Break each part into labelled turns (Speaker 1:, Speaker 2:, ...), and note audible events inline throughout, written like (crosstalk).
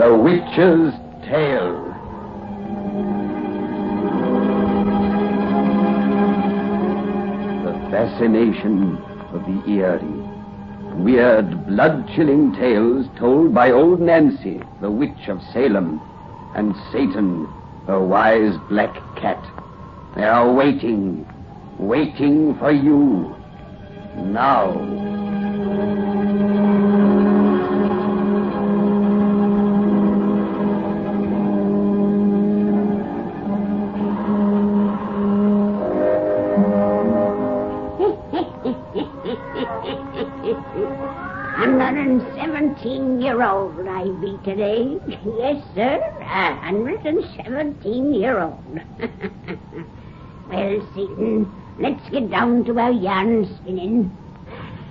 Speaker 1: Witch's Tale. The fascination of the eerie. Weird, blood chilling tales told by old Nancy, the witch of Salem, and Satan, the wise black cat. They are waiting, waiting for you. Now.
Speaker 2: Hundred and seventeen year old I be today. Yes, sir, a hundred and seventeen year old. (laughs) well, Seaton, let's get down to our yarn spinning.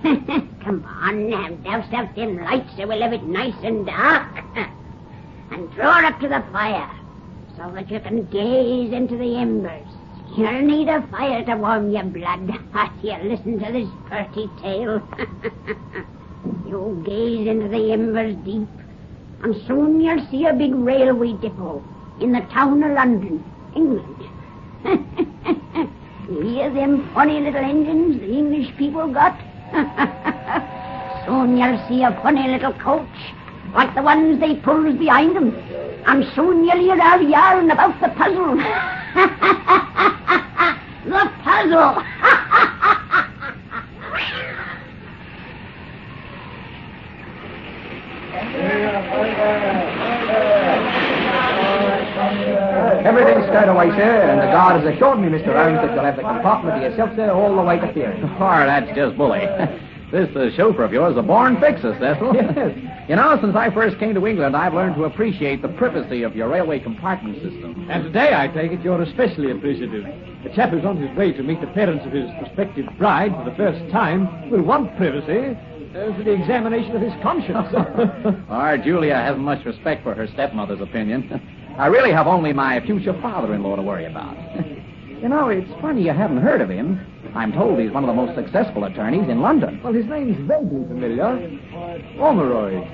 Speaker 2: (laughs) Come on, and douse out them lights so we'll have it nice and dark. (laughs) and draw up to the fire so that you can gaze into the embers. You'll need a fire to warm your blood (laughs) after you listen to this pretty tale. (laughs) you'll gaze into the embers deep, and soon you'll see a big railway depot in the town of London, England. (laughs) You Hear them funny little engines the English people got? (laughs) soon you'll see a funny little coach like the ones they pulls behind them. And soon you'll hear our yarn about the puzzle. (laughs) the puzzle. (laughs)
Speaker 3: Everything's stowed away, sir, and the guard has assured me, Mr. Holmes, that you'll have the compartment to yourself, sir, all the way to
Speaker 4: (laughs)
Speaker 3: theory.
Speaker 4: Oh, that's just bully. (laughs) This uh, chauffeur of yours is a born fixus, Cecil.
Speaker 3: (laughs) Yes.
Speaker 4: You know, since I first came to England, I've learned to appreciate the privacy of your railway compartment system.
Speaker 5: And today, I take it, you're especially appreciative. A chap who's on his way to meet the parents of his prospective bride for the first time will want privacy uh, for the examination of his
Speaker 4: (laughs)
Speaker 5: conscience.
Speaker 4: Our Julia hasn't much respect for her stepmother's opinion. (laughs) I really have only my future father-in-law to worry about. (laughs) you know, it's funny you haven't heard of him. I'm told he's one of the most successful attorneys in London.
Speaker 5: well, his name's vaguely familiar. Omeroy.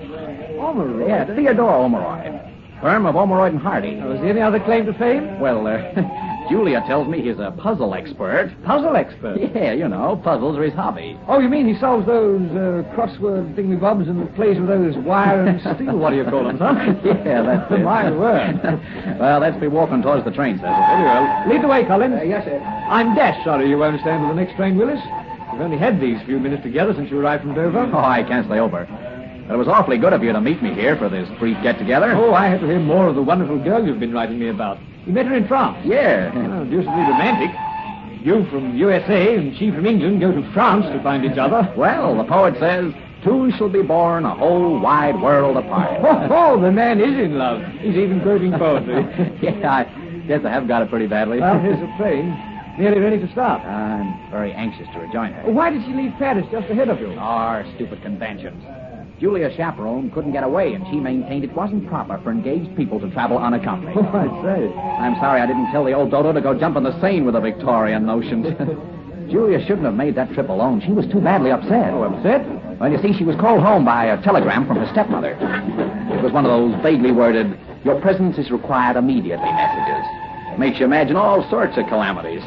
Speaker 5: Omeroy.
Speaker 4: Yeah, Theodore Omeroy, firm of Omeroy and Hardy.
Speaker 5: Now, Oh, is there any other claim to fame?
Speaker 4: Well, uh, (laughs) Julia tells me he's a puzzle expert.
Speaker 5: Puzzle expert.
Speaker 4: Yeah, you know, puzzles are his hobby.
Speaker 5: (laughs) Oh, you mean he solves those uh, crossword thingamabobs and plays with those wire
Speaker 4: (laughs)
Speaker 5: and steel? What do you call them, huh?
Speaker 4: yeah,
Speaker 5: (laughs)
Speaker 4: that's it.
Speaker 5: My word.
Speaker 4: (laughs) well, let's be walking towards the train, Cecil.
Speaker 5: Very well. Lead the way, Collins.
Speaker 4: Uh,
Speaker 3: yes, sir.
Speaker 5: I'm dash sorry you won't stand for the next train, Willis. We've only had these few minutes together since you arrived from Dover.
Speaker 4: Oh, I can't stay over. But it was awfully good of you to meet me here for this brief get-together.
Speaker 5: (laughs) Oh, I have to hear more of the wonderful girl you've been writing me about. You met her in France.
Speaker 4: (laughs) yeah.
Speaker 5: Oh, deucedly romantic. You from USA and she from England go to France to find
Speaker 4: (laughs)
Speaker 5: each other.
Speaker 4: Well, the poet says, two shall be born a whole wide world
Speaker 5: Oh,
Speaker 4: apart.
Speaker 5: oh, the man is in love. He's even quoting poetry.
Speaker 4: (laughs) yeah, I guess I have got it pretty badly.
Speaker 5: well, here's the train. Nearly ready to start.
Speaker 4: I'm very anxious to rejoin her.
Speaker 5: Why did she leave Paris just ahead of you?
Speaker 4: Our stupid conventions. Julia Chaperone couldn't get away, and she maintained it wasn't proper for engaged people to travel unaccompanied.
Speaker 5: Oh, I say.
Speaker 4: I'm sorry I didn't tell the old dodo to go jump in the Seine with the Victorian notions. (laughs) Julia shouldn't have made that trip alone. She was too badly upset. Oh, upset? Well, you see, she was called home by a telegram from her stepmother. It was one of those vaguely worded, your presence is required immediately messages. Makes you imagine all sorts of calamities.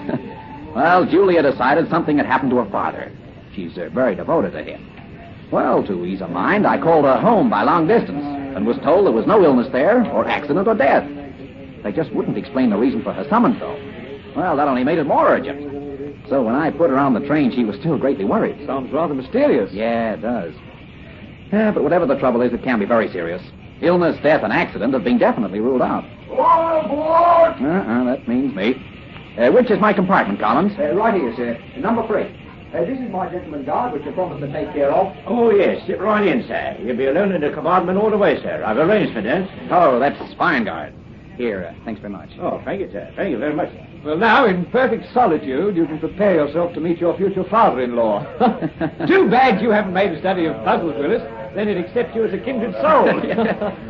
Speaker 4: (laughs) well, Julia decided something had happened to her father. She's uh, very devoted to him. Well, to ease her mind, I called her home by long distance and was told there was no illness there, or accident, or death. They just wouldn't explain the reason for her summons, though. Well, that only made it more urgent. So when I put her on the train, she was still greatly worried.
Speaker 5: Sounds rather mysterious.
Speaker 4: Yeah, it does. Yeah, but whatever the trouble is, it can be very serious. Illness, death, and accident have been definitely ruled out. Uh-uh, that means me. Uh, which is my compartment, Collins?
Speaker 3: Uh, right here, sir. Number three. Uh, this is my gentleman guard, which you promised to take care of.
Speaker 6: Oh, yes. Sit right in, sir. You'll be alone in the compartment all the way, sir. I've arranged for that.
Speaker 4: Oh, that's Spine Guard. Here, uh, thanks very much. (laughs)
Speaker 6: Oh, thank you, sir. Thank you very much. sir.
Speaker 5: Well, now, in perfect solitude, you can prepare yourself to meet your future father-in-law. (laughs) Too bad you haven't made a study of puzzles, Willis. Then it accepts you as a kindred
Speaker 7: (laughs)
Speaker 5: soul.
Speaker 4: (laughs)
Speaker 5: (laughs)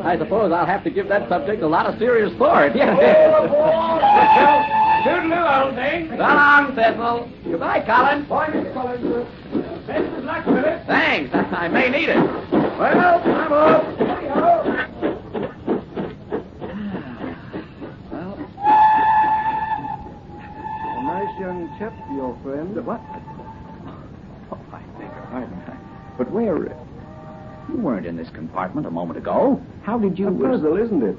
Speaker 4: I suppose I'll have to give that subject a lot of serious
Speaker 5: (laughs)
Speaker 4: (laughs)
Speaker 5: Oh,
Speaker 4: thought.
Speaker 5: Toodaloo, old thing.
Speaker 4: So long, Cecil. Goodbye, Collins. Bye, Miss Collins.
Speaker 5: uh, Best of luck, Willis.
Speaker 4: (laughs) Thanks. I may need it. Well, I'm off.
Speaker 7: young chap, your friend.
Speaker 4: What? Oh, I beg your pardon. But where? uh, You weren't in this compartment a moment ago. How did you?
Speaker 7: A puzzle, isn't it?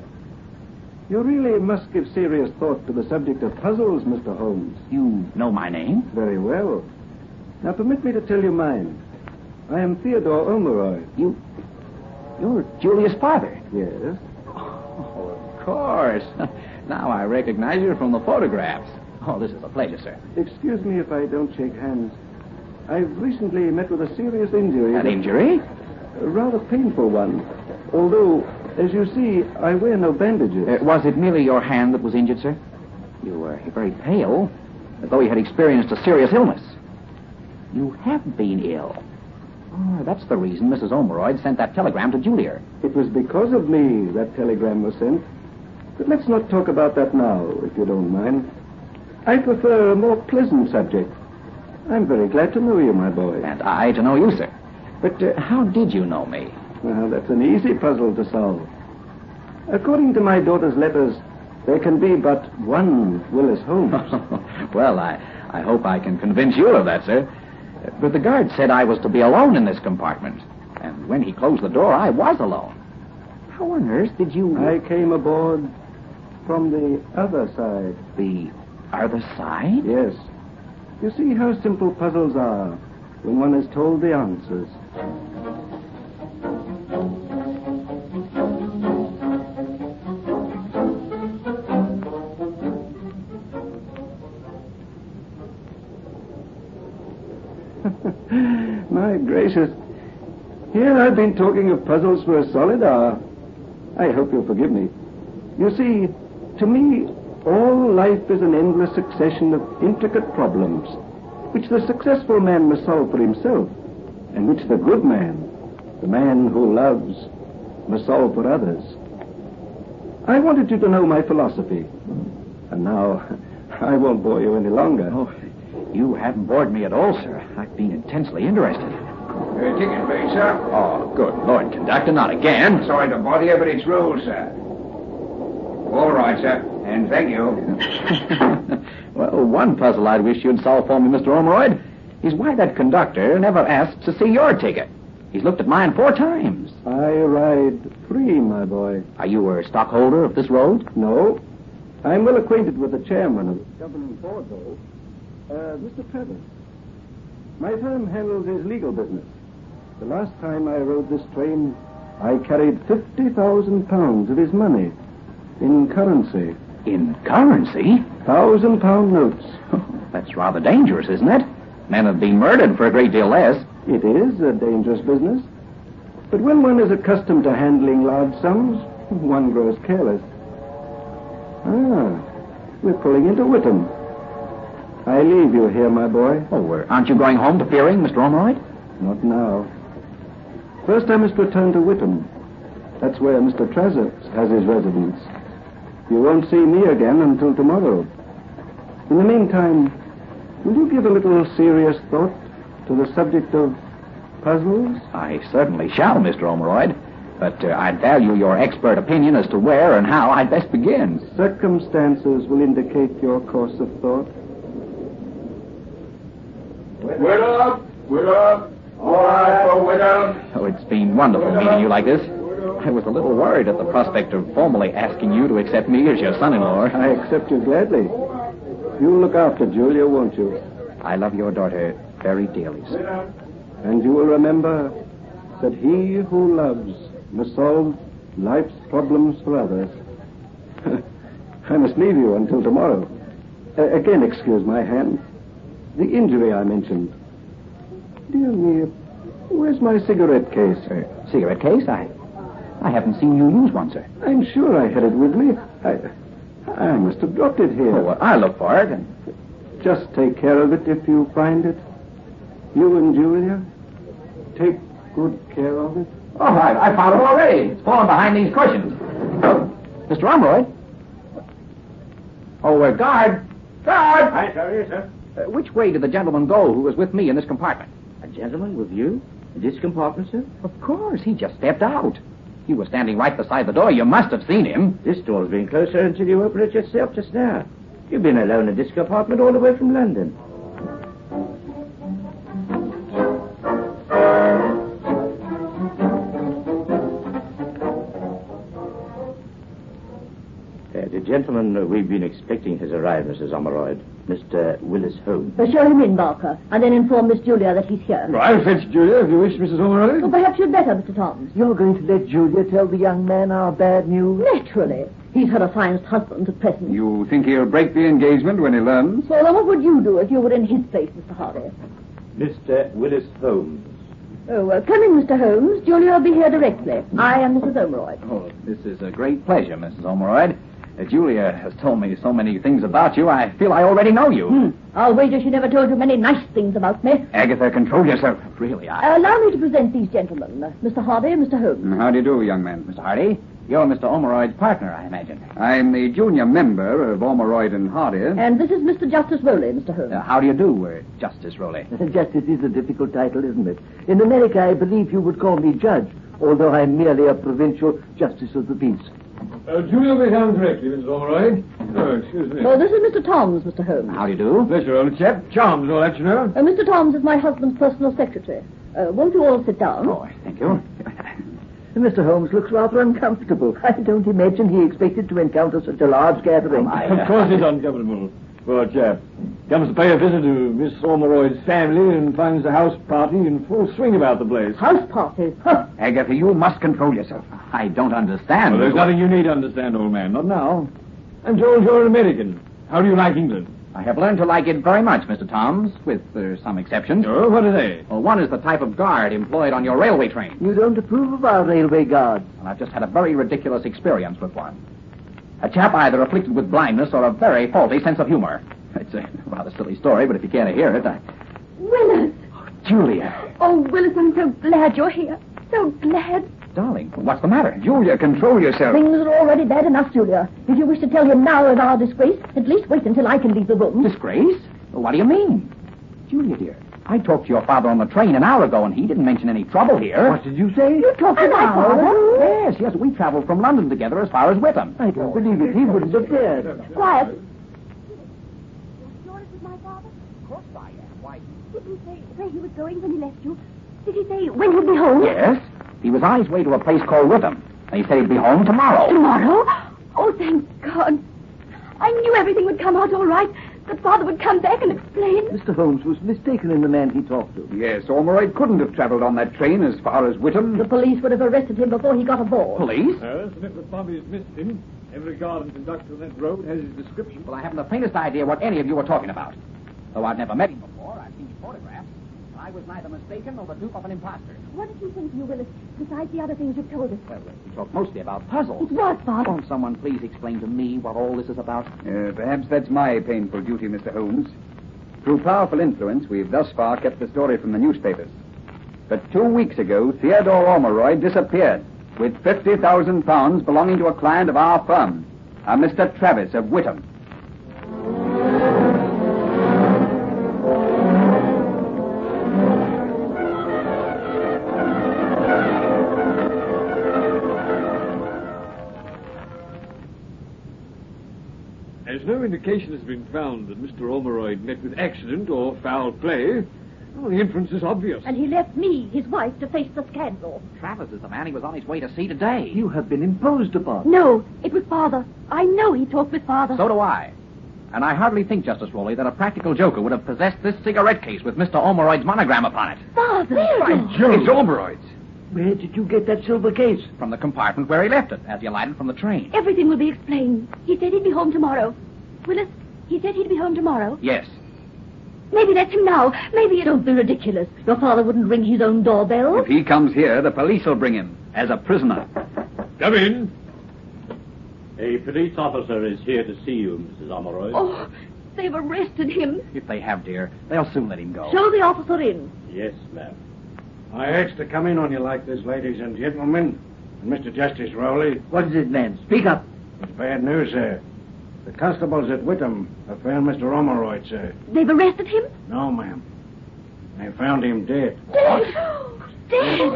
Speaker 7: You really must give serious thought to the subject of puzzles, Mr. Holmes.
Speaker 4: You know my name?
Speaker 7: Very well. Now permit me to tell you mine. I am Theodore Omeroy.
Speaker 4: You. You're Julia's father.
Speaker 7: Yes.
Speaker 4: Oh, of course. (laughs) now I recognize you from the photographs. Oh, this is a pleasure, sir.
Speaker 7: Excuse me if I don't shake hands. I've recently met with a serious injury.
Speaker 4: An injury?
Speaker 7: A rather painful one. Although, as you see, I wear no bandages.
Speaker 4: Uh, was it merely your hand that was injured, sir? You were very pale, as though you had experienced a serious illness. You have been ill. Ah, that's the reason Mrs. Omeroyd sent that telegram to Julia.
Speaker 7: It was because of me that telegram was sent. But let's not talk about that now, if you don't mind. I prefer a more pleasant subject. I'm very glad to know you, my boy.
Speaker 4: And I to know you, sir. But uh, how did you know me? (laughs)
Speaker 7: Well, that's an easy puzzle to solve. According to my daughter's letters, there can be but one Willis
Speaker 4: (laughs)
Speaker 7: Holmes.
Speaker 4: well, I, I hope I can convince you of that, sir. Uh, But the guard said I was to be alone in this compartment. And when he closed the door, I was alone. How on earth did you.
Speaker 7: I came aboard from the other side.
Speaker 4: The other side?
Speaker 7: Yes. You see how simple puzzles are when one is told the answers. (laughs) My gracious. Here I've been talking of puzzles for a solid hour. I hope you'll forgive me. You see, to me, all life is an endless succession of intricate problems, which the successful man must solve for himself, and which the good man, the man who loves, must solve for others. I wanted you to know my philosophy, and now (laughs) I won't bore you any longer.
Speaker 4: Oh, (laughs) you haven't bored me at all, sir. I've been intensely interested.
Speaker 6: Your ticket, please, sir.
Speaker 4: Oh, good Lord, conductor, not again.
Speaker 6: Sorry to bother you, but it's rules, sir. All right, sir. And thank you.
Speaker 4: (laughs) well, one puzzle I'd wish you'd solve for me, Mr. Omeroyd, is why that conductor never asked to see your ticket. He's looked at mine four times.
Speaker 7: I ride free, my boy.
Speaker 4: Are you a stockholder of this road?
Speaker 7: No. I'm well acquainted with the chairman of the governing board, though, uh, Mr. Pevin. My firm handles his legal business. The last time I rode this train, I carried 50,000 pounds of his money in currency.
Speaker 4: In currency?
Speaker 7: Thousand pound notes. (laughs)
Speaker 4: That's rather dangerous, isn't it? Men have been murdered for a great deal less.
Speaker 7: It is a dangerous business. But when one is accustomed to handling large sums, (laughs) one grows careless. Ah, we're pulling into Whittam. I leave you here, my boy.
Speaker 4: Oh, uh, aren't you going home to Fearing, Mr. Omeroyd?
Speaker 7: Not now. First, I must return to Whittam. That's where Mr. Trazett has his residence. You won't see me again until tomorrow. In the meantime, will you give a little serious thought to the subject of puzzles?
Speaker 4: I certainly shall, Mr. Omeroyd. But uh, I'd value your expert opinion as to where and how I'd best begin.
Speaker 7: Circumstances will indicate your course of thought.
Speaker 6: Widow! Widow! All right for widow.
Speaker 4: Oh, it's been wonderful meeting you like this. I was a little worried at the prospect of formally asking you to accept me as your son-in-law.
Speaker 7: I accept you gladly. You'll look after Julia, won't you?
Speaker 4: I love your daughter very dearly, sir.
Speaker 7: And you will remember that he who loves must solve life's problems for others. (laughs) I must leave you until tomorrow. A- again, excuse my hand. The injury I mentioned. Dear me, where's my cigarette case?
Speaker 4: Cigarette case? I, I haven't seen you use one, sir.
Speaker 7: I'm sure I had it with me. I, I must have dropped it here.
Speaker 4: Oh, well, I'll look for it. And...
Speaker 7: Just take care of it if you find it. You and Julia, take good care of it.
Speaker 4: Oh, I, I found it already. It's fallen behind these cushions. Mr. Omroyd? Oh, uh, guard! Guard!
Speaker 6: Hi, sir. Yes, sir.
Speaker 4: Uh, which way did the gentleman go who was with me in this compartment?
Speaker 6: A gentleman with you? In this compartment, sir?
Speaker 4: Of course, he just stepped out. He was standing right beside the door. You must have seen him.
Speaker 6: This door's been closed, sir, until you opened it yourself just now. You've been alone in this compartment all the way from London. Uh, the gentleman we've been expecting has arrived, Mrs. Omeroyd. Mr. Willis Holmes.
Speaker 2: Uh, show him in, Barker, and then inform Miss Julia that he's here.
Speaker 5: I'll fetch Julia if you wish, Mrs. Omeroyd.
Speaker 2: Well, perhaps you'd better, Mr. Toms.
Speaker 8: You're going to let Julia tell the young man our bad news?
Speaker 2: Naturally. He's her affianced husband at present.
Speaker 1: You think he'll break the engagement when he learns?
Speaker 2: So then what would you do if you were in his place, Mr. Harvey?
Speaker 6: Mr. Willis Holmes.
Speaker 2: Oh, well, come in, Mr. Holmes. Julia will be here directly. I am Mrs. Omeroyd.
Speaker 4: Oh, this is a great pleasure, Mrs. Omeroyd. Uh, Julia has told me so many things about you, I feel I already know
Speaker 8: (laughs)
Speaker 4: you.
Speaker 2: Hmm. I'll wager she never told you many nice things about me.
Speaker 4: Agatha, control yourself. Really, I...
Speaker 2: Uh, allow me to present these gentlemen, uh, Mr. Harvey and Mr. Holmes.
Speaker 1: How do you do, young man?
Speaker 4: Mr. Hardy, you're Mr. Omeroyd's partner, I imagine.
Speaker 1: I'm the junior member of Omeroyd and Hardy.
Speaker 2: And this is Mr. Justice Rowley, Mr. Holmes.
Speaker 4: Uh, how do you do, uh, Justice Rowley?
Speaker 8: Justice is a difficult title, isn't it? In America, I believe you would call me judge, although I'm merely a provincial justice of the peace.
Speaker 5: Uh, Julia will be down directly, Mrs. Omeroyd. Oh, excuse me.
Speaker 2: Oh, this is Mr. Toms, Mr. Holmes.
Speaker 4: How do you do?
Speaker 5: Pleasure, old chap. Charms, all that, you know.
Speaker 2: Uh, Mr. Toms is my husband's personal secretary. Uh, won't you all sit down?
Speaker 4: Oh, thank you.
Speaker 8: Mr. Holmes looks rather uncomfortable. I don't imagine he expected to encounter such a large gathering.
Speaker 4: I,
Speaker 1: uh,
Speaker 5: Of course he's uncomfortable. Poor chap. uh, Comes to pay a visit to Miss Omeroyd's family and finds the house party in full swing about the place.
Speaker 2: House parties. Huh.
Speaker 4: Agatha, you must control yourself. I don't understand.
Speaker 5: Well, there's nothing you need to understand, old man. Not now. I'm told you're an American. How do you like England?
Speaker 4: I have learned to like it very much, Mr. Toms, with uh, some exceptions.
Speaker 5: Oh, what are they?
Speaker 4: Well, one is the type of guard employed on your railway train.
Speaker 8: You don't approve of our railway guards.
Speaker 4: and I've just had a very ridiculous experience with one. A chap either afflicted with blindness or a very faulty sense of humor. (laughs) It's a rather silly story, but if you care to hear it, I...
Speaker 9: Willis!
Speaker 4: Julia,
Speaker 9: Oh, Willis, I'm so glad you're here. So glad.
Speaker 4: darling, what's the matter?
Speaker 1: Julia, control yourself.
Speaker 2: Things are already bad enough, Julia. If you wish to tell him now of our disgrace, at least wait until I can leave the room.
Speaker 4: Disgrace? What do you mean? Julia, dear, I talked to your father on the train an hour ago, and he didn't mention any trouble here.
Speaker 8: What did you say?
Speaker 2: You talk to my father.
Speaker 4: Yes, yes, we traveled from London together as far as Witham.
Speaker 8: I don't believe it. He wouldn't have dared.
Speaker 2: Quiet.
Speaker 9: You're with my father? Of course I am. Why? Did he say where he was going when he left you? Did he say when he'd be home?
Speaker 4: (laughs) Yes, he was on his way to a place called Witham. He said he'd be home tomorrow.
Speaker 9: Tomorrow? Oh, thank God. I knew everything would come out all right. That father would come back and explain.
Speaker 8: Mr. Holmes was mistaken in the man he talked to.
Speaker 1: Yes, Omeroyd couldn't have traveled on that train as far as Whittam.
Speaker 2: The police would have arrested him before he got aboard.
Speaker 4: Police?
Speaker 5: Uh, Smith with Bobby's missed him. Every guard and conductor on that road has his description.
Speaker 4: Well, I haven't the faintest idea what any of you were talking about. Though I've never met him before, I've seen his photographs. and I was neither mistaken nor the dupe of an imposter.
Speaker 9: What did you think of you, Willis, besides the other things you've told us?
Speaker 4: Well, we talked mostly about puzzles.
Speaker 9: It was, Father.
Speaker 4: Won't someone please explain to me what all this is about?
Speaker 1: Uh, perhaps that's my painful duty, Mr. Holmes. Through powerful influence, we've thus far kept the story from the newspapers. But two weeks ago, Theodore Omeroy disappeared with £50,000 belonging to a client of our firm, a Mr. Travis of Whittam.
Speaker 5: As no indication has been found that Mr. Omeroyd met with accident or foul play, well, the inference is obvious.
Speaker 2: And he left me, his wife, to face the scandal.
Speaker 4: Travis is the man he was on his way to see today.
Speaker 8: You have been imposed upon.
Speaker 9: No, it was father. I know he talked with father.
Speaker 4: So do I. And I hardly think, Justice Rowley, that a practical joker would have possessed this cigarette case with Mr. Omeroyd's monogram upon it.
Speaker 9: Father!
Speaker 1: It's Omeroyd's.
Speaker 8: Where did you get that silver case?
Speaker 4: From the compartment where he left it as he alighted from the train.
Speaker 9: Everything will be explained. He said he'd be home tomorrow. Willis, he said he'd be home tomorrow.
Speaker 4: Yes.
Speaker 9: Maybe that's him now. Maybe it
Speaker 2: Don't be ridiculous. Your father wouldn't ring his own doorbell.
Speaker 1: If he comes here, the police will bring him as a prisoner.
Speaker 5: Come in.
Speaker 6: A police officer is here to see you, Mrs. Omeroyd.
Speaker 9: Oh, they've arrested him.
Speaker 4: If they have, dear, they'll soon let him go.
Speaker 2: Show the officer in.
Speaker 6: Yes, ma'am.
Speaker 5: I asked to come in on you like this, ladies and gentlemen. And Mr. Justice Rowley,
Speaker 8: What is it, man? Speak up.
Speaker 5: it's bad news, sir. The constables at Whittam have found Mr. Omeroyd, sir.
Speaker 9: They've arrested him?
Speaker 5: No, ma'am. They found him dead.
Speaker 9: Dead. (gasps) Dead.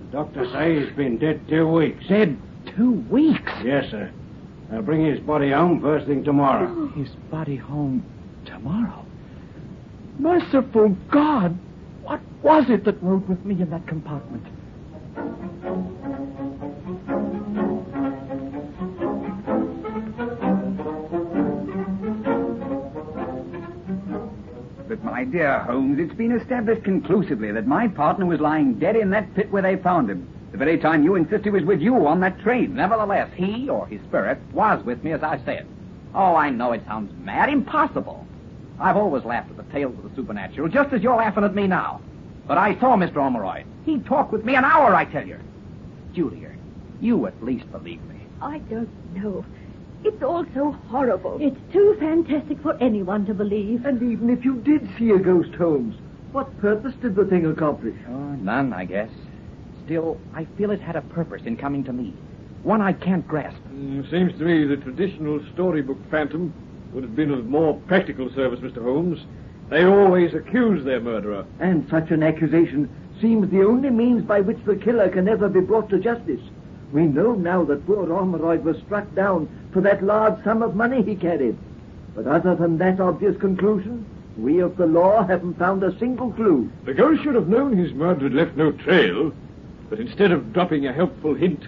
Speaker 5: The doctor say he's been dead two weeks.
Speaker 4: Dead two weeks.
Speaker 5: Yes, sir.
Speaker 10: They'll bring his body home first thing tomorrow.
Speaker 4: His body home tomorrow? Merciful God! What was it that rode with me in that compartment?
Speaker 11: But, my dear Holmes, it's been established conclusively that my partner was lying dead in that pit where they found him, the very time you insist he was with you on that train.
Speaker 4: Nevertheless, he or his spirit was with me, as I said. Oh, I know it sounds mad, impossible. I've always laughed at the tales of the supernatural, just as you're laughing at me now. But I saw Mr. Omeroy. He talked with me an hour, I tell you. Julia, you at least believe me.
Speaker 9: I don't know. It's all so horrible.
Speaker 2: It's too fantastic for anyone to believe.
Speaker 8: And even if you did see a ghost, Holmes, what purpose did the thing accomplish?
Speaker 4: Oh, none, I guess. Still, I feel it had a purpose in coming to me. One I can't grasp.
Speaker 5: Mm, seems to me the traditional storybook phantom would have been of more practical service, Mr. Holmes. They always accuse their murderer.
Speaker 8: And such an accusation seems the only means by which the killer can ever be brought to justice. We know now that poor Ormeroyd was struck down for that large sum of money he carried. But other than that obvious conclusion, we of the law haven't found a single clue.
Speaker 5: The ghost should have known his murder had left no trail, but instead of dropping a helpful hint,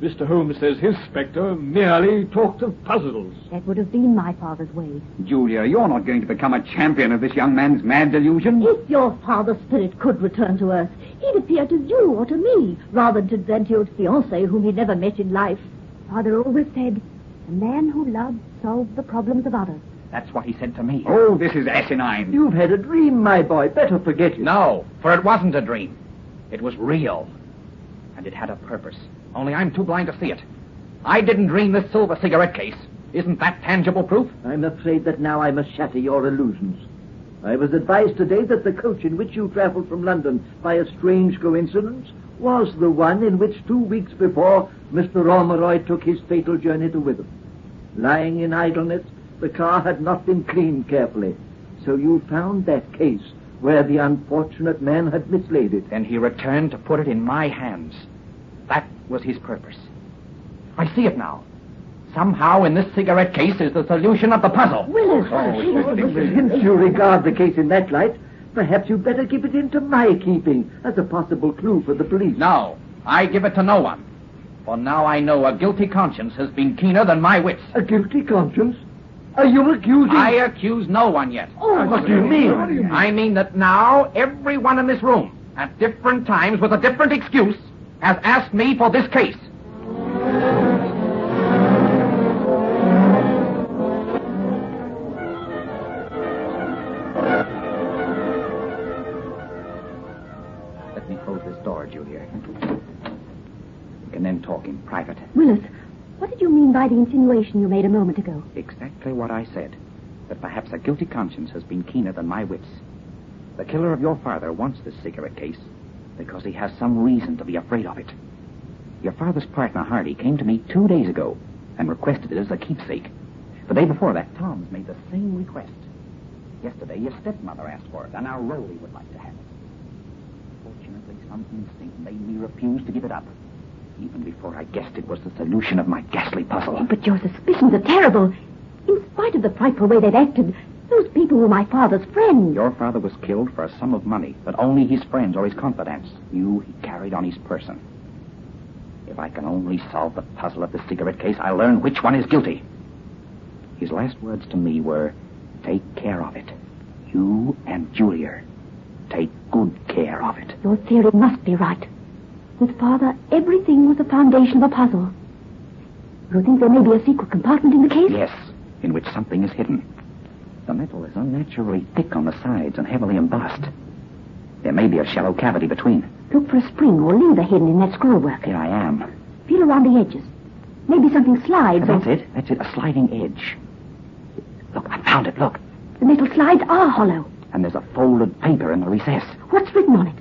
Speaker 5: Mr. Holmes says his spectre merely talked of puzzles.
Speaker 2: That would have been my father's way.
Speaker 11: Julia, you're not going to become a champion of this young man's mad delusion.
Speaker 2: If your father's spirit could return to Earth, he'd appear to you or to me, rather than to Zantio's fiancée, whom he never met in life.
Speaker 9: Father always said, a man who loves solves the problems of others.
Speaker 4: That's what he said to me.
Speaker 11: Oh, this is asinine.
Speaker 8: You've had a dream, my boy. Better forget it.
Speaker 4: No, for it wasn't a dream. It was real. And it had a purpose. Only I'm too blind to see it. I didn't dream this silver cigarette case. Isn't that tangible proof?
Speaker 8: I'm afraid that now I must shatter your illusions. I was advised today that the coach in which you travelled from London by a strange coincidence was the one in which two weeks before Mr. Ormeroy took his fatal journey to Witham. Lying in idleness, the car had not been cleaned carefully, so you found that case where the unfortunate man had mislaid it.
Speaker 4: Then he returned to put it in my hands. That was his purpose. I see it now. Somehow in this cigarette case is the solution of the puzzle.
Speaker 2: Willis,
Speaker 4: Oh, it's
Speaker 8: Since you regard the case in that light, perhaps you'd better give it into my keeping as a possible clue for the police.
Speaker 4: No, I give it to no one. For now I know a guilty conscience has been keener than my wits.
Speaker 8: A guilty conscience? Are you accusing?
Speaker 4: I accuse no one yet.
Speaker 8: Oh, what do you mean?
Speaker 4: I mean that now everyone in this room, at different times with a different excuse, has asked me for this case. Let me close this door, Julia. We can then talk in private.
Speaker 2: Willis, what did you mean by the insinuation you made a moment ago?
Speaker 4: Exactly what I said. That perhaps a guilty conscience has been keener than my wits. The killer of your father wants this cigarette case because he has some reason to be afraid of it. Your father's partner, Hardy, came to me two days ago and requested it as a keepsake. The day before that, Tom's made the same request. Yesterday, your stepmother asked for it, and now Rowley would like to have it. Fortunately, some instinct made me refuse to give it up, even before I guessed it was the solution of my ghastly puzzle.
Speaker 2: But your suspicions are terrible. In spite of the frightful way they've acted, those people were my father's friends.
Speaker 4: Your father was killed for a sum of money that only his friends or his confidants knew he carried on his person. If I can only solve the puzzle of the cigarette case, I'll learn which one is guilty. His last words to me were, Take care of it. You and Julia. Take good care of it.
Speaker 2: Your theory must be right. With father, everything was the foundation of a puzzle. You think there may be a secret compartment in the case?
Speaker 4: Yes, in which something is hidden. The metal is unnaturally thick on the sides and heavily embossed. There may be a shallow cavity between.
Speaker 2: Look for a spring or lever hidden in that scrollwork.
Speaker 4: Here I am.
Speaker 2: Feel around the edges. Maybe something slides.
Speaker 4: That's
Speaker 2: or...
Speaker 4: it. That's it. A sliding edge. Look, I found it. Look.
Speaker 2: The metal slides are hollow.
Speaker 4: And there's a folded paper in the recess.
Speaker 2: What's written on it?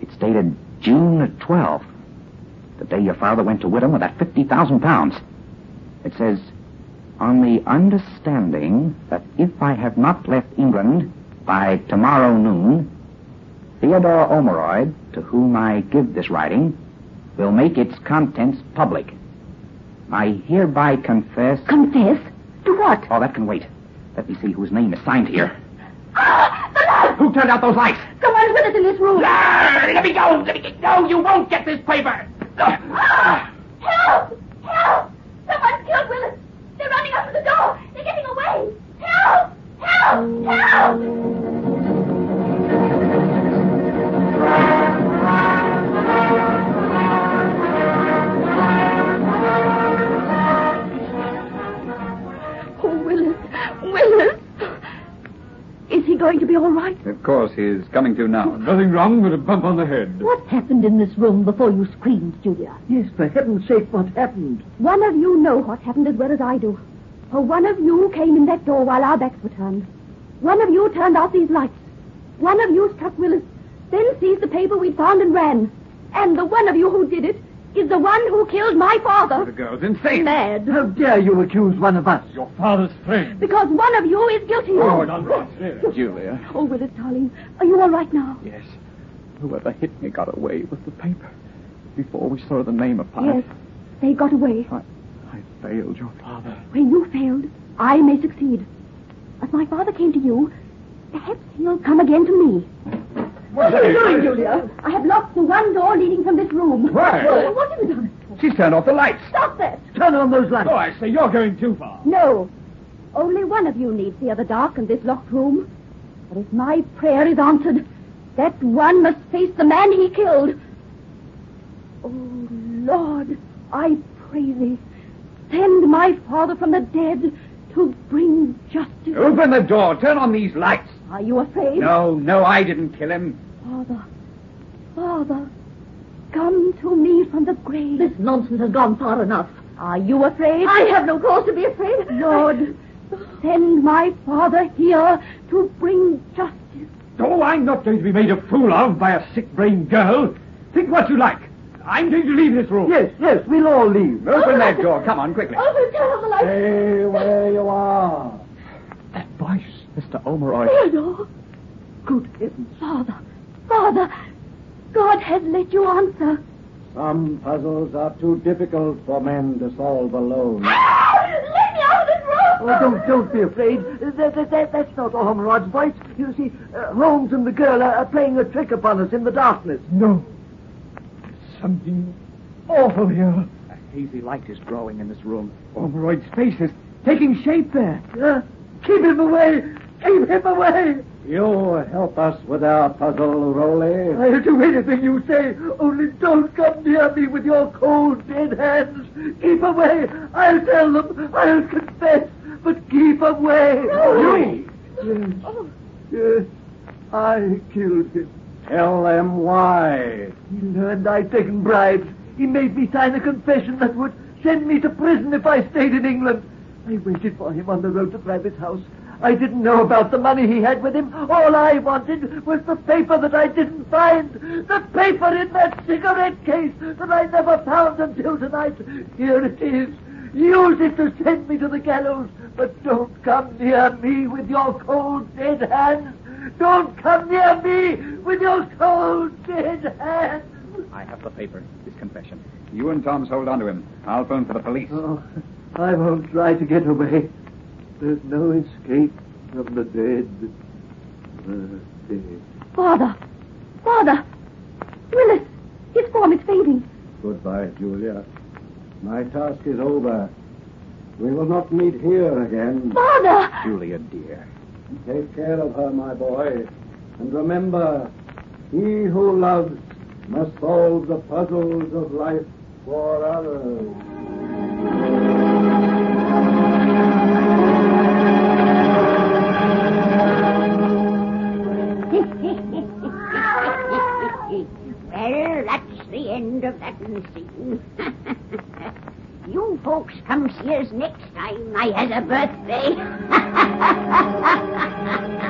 Speaker 4: It's dated June 12th, the day your father went to Whittam with that 50,000 pounds. It says, on the understanding that if I have not left England by tomorrow noon, Theodore Omeroyd, to whom I give this writing, will make its contents public. I hereby confess.
Speaker 2: Confess? To what?
Speaker 4: Oh, that can wait. Let me see whose name is signed here. Who turned out those lights?
Speaker 9: Someone's with us in this room.
Speaker 4: Let me go! Let me get... No, you won't get this paper!
Speaker 9: Ah! Help! Help! Someone's killed Willis. They're running up to the door. They're getting away. Help! Help! Help!
Speaker 2: Oh, Willis. Willis. Is he going to be all right?
Speaker 11: Of course, he's coming to now.
Speaker 5: Nothing wrong but a bump on the head.
Speaker 2: What happened in this room before you screamed, Julia?
Speaker 8: Yes, for heaven's sake, what happened?
Speaker 2: One of you know what happened as well as I do. For one of you came in that door while our backs were turned. One of you turned out these lights. One of you struck Willis, then seized the paper we found and ran. And the one of you who did it is the one who killed my father.
Speaker 11: The girl's insane.
Speaker 2: Mad.
Speaker 8: How dare you accuse one of us?
Speaker 5: Your father's friend.
Speaker 2: Because one of you is guilty.
Speaker 11: Oh.
Speaker 5: Forward on Ross.
Speaker 4: Julia.
Speaker 2: Oh, Willis, darling, are you all right now?
Speaker 4: Yes. Whoever hit me got away with the paper before we saw the name upon
Speaker 2: Yes,
Speaker 4: it.
Speaker 2: they got away.
Speaker 4: I failed your father.
Speaker 2: Where you failed, I may succeed. As my father came to you, perhaps he'll come again to me. What are you doing, Julia? I have locked the one door leading from this room.
Speaker 5: Why?
Speaker 2: Oh, What have you done?
Speaker 11: She's turned off the lights.
Speaker 2: Stop that!
Speaker 8: Turn on those lights.
Speaker 5: Oh, I say, you're going too far.
Speaker 2: No. Only one of you needs the other dark and this locked room. But if my prayer is answered, that one must face the man he killed. Oh, Lord, I pray thee, send my father from the dead to bring justice.
Speaker 11: Open the door. Turn on these lights.
Speaker 2: Are you afraid?
Speaker 11: No, no, I didn't kill him.
Speaker 2: Father, Father, come to me from the grave. This nonsense has gone far enough. Are you afraid? I have no cause to be afraid. Lord, send my father here to bring justice.
Speaker 5: Oh, I'm not going to be made a fool of by a sick-brained girl. Think what you like. I'm going to leave this room.
Speaker 8: Yes, yes, we'll all leave.
Speaker 11: Open that door. Come on, quickly.
Speaker 2: Oh,
Speaker 9: Open, turn on the light.
Speaker 5: Stay where you are.
Speaker 4: That voice, Mr. Omeroy.
Speaker 2: Theodore,
Speaker 8: Good heavens.
Speaker 2: Father, Father, God has let you answer.
Speaker 10: Some puzzles are too difficult for men to solve alone.
Speaker 9: Let me out of this room.
Speaker 8: Oh, don't, don't be afraid. That, that, that, that's not Ormrod's voice. You see, uh, Holmes and the girl are, are playing a trick upon us in the darkness.
Speaker 5: No. Something awful here.
Speaker 4: A hazy light is growing in this room.
Speaker 5: Omeroid's face is taking shape there.
Speaker 8: Uh, keep him away! Keep him away!
Speaker 10: You help us with our puzzle, Rowley.
Speaker 8: I'll do anything you say, only don't come near me with your cold, dead hands. Keep away. I'll tell them. I'll confess. But keep away.
Speaker 10: You?
Speaker 8: Yes. Yes. I killed him.
Speaker 10: Tell them why.
Speaker 8: He learned I'd taken bribes. He made me sign a confession that would send me to prison if I stayed in England. I waited for him on the road to Bradley's house. I didn't know about the money he had with him. All I wanted was the paper that I didn't find. The paper in that cigarette case that I never found until tonight. Here it is. Use it to send me to the gallows, but don't come near me with your cold, dead hands. Don't come near me with your cold, dead hands.
Speaker 4: I have the paper, his confession.
Speaker 11: You and Toms hold on to him. I'll phone for the police.
Speaker 8: Oh, I won't try to get away. There's no escape from the dead.
Speaker 10: Uh,
Speaker 8: The dead.
Speaker 2: Father, Father, Willis, his form is fading.
Speaker 10: Goodbye, Julia. My task is over. We will not meet here again.
Speaker 2: Father!
Speaker 4: Julia, dear.
Speaker 10: Take care of her, my boy. And remember, he who loves must solve the puzzles of life for others.
Speaker 12: (laughs) well, that's the end of that scene. (laughs) you folks (laughs) come see us next time I has a birthday.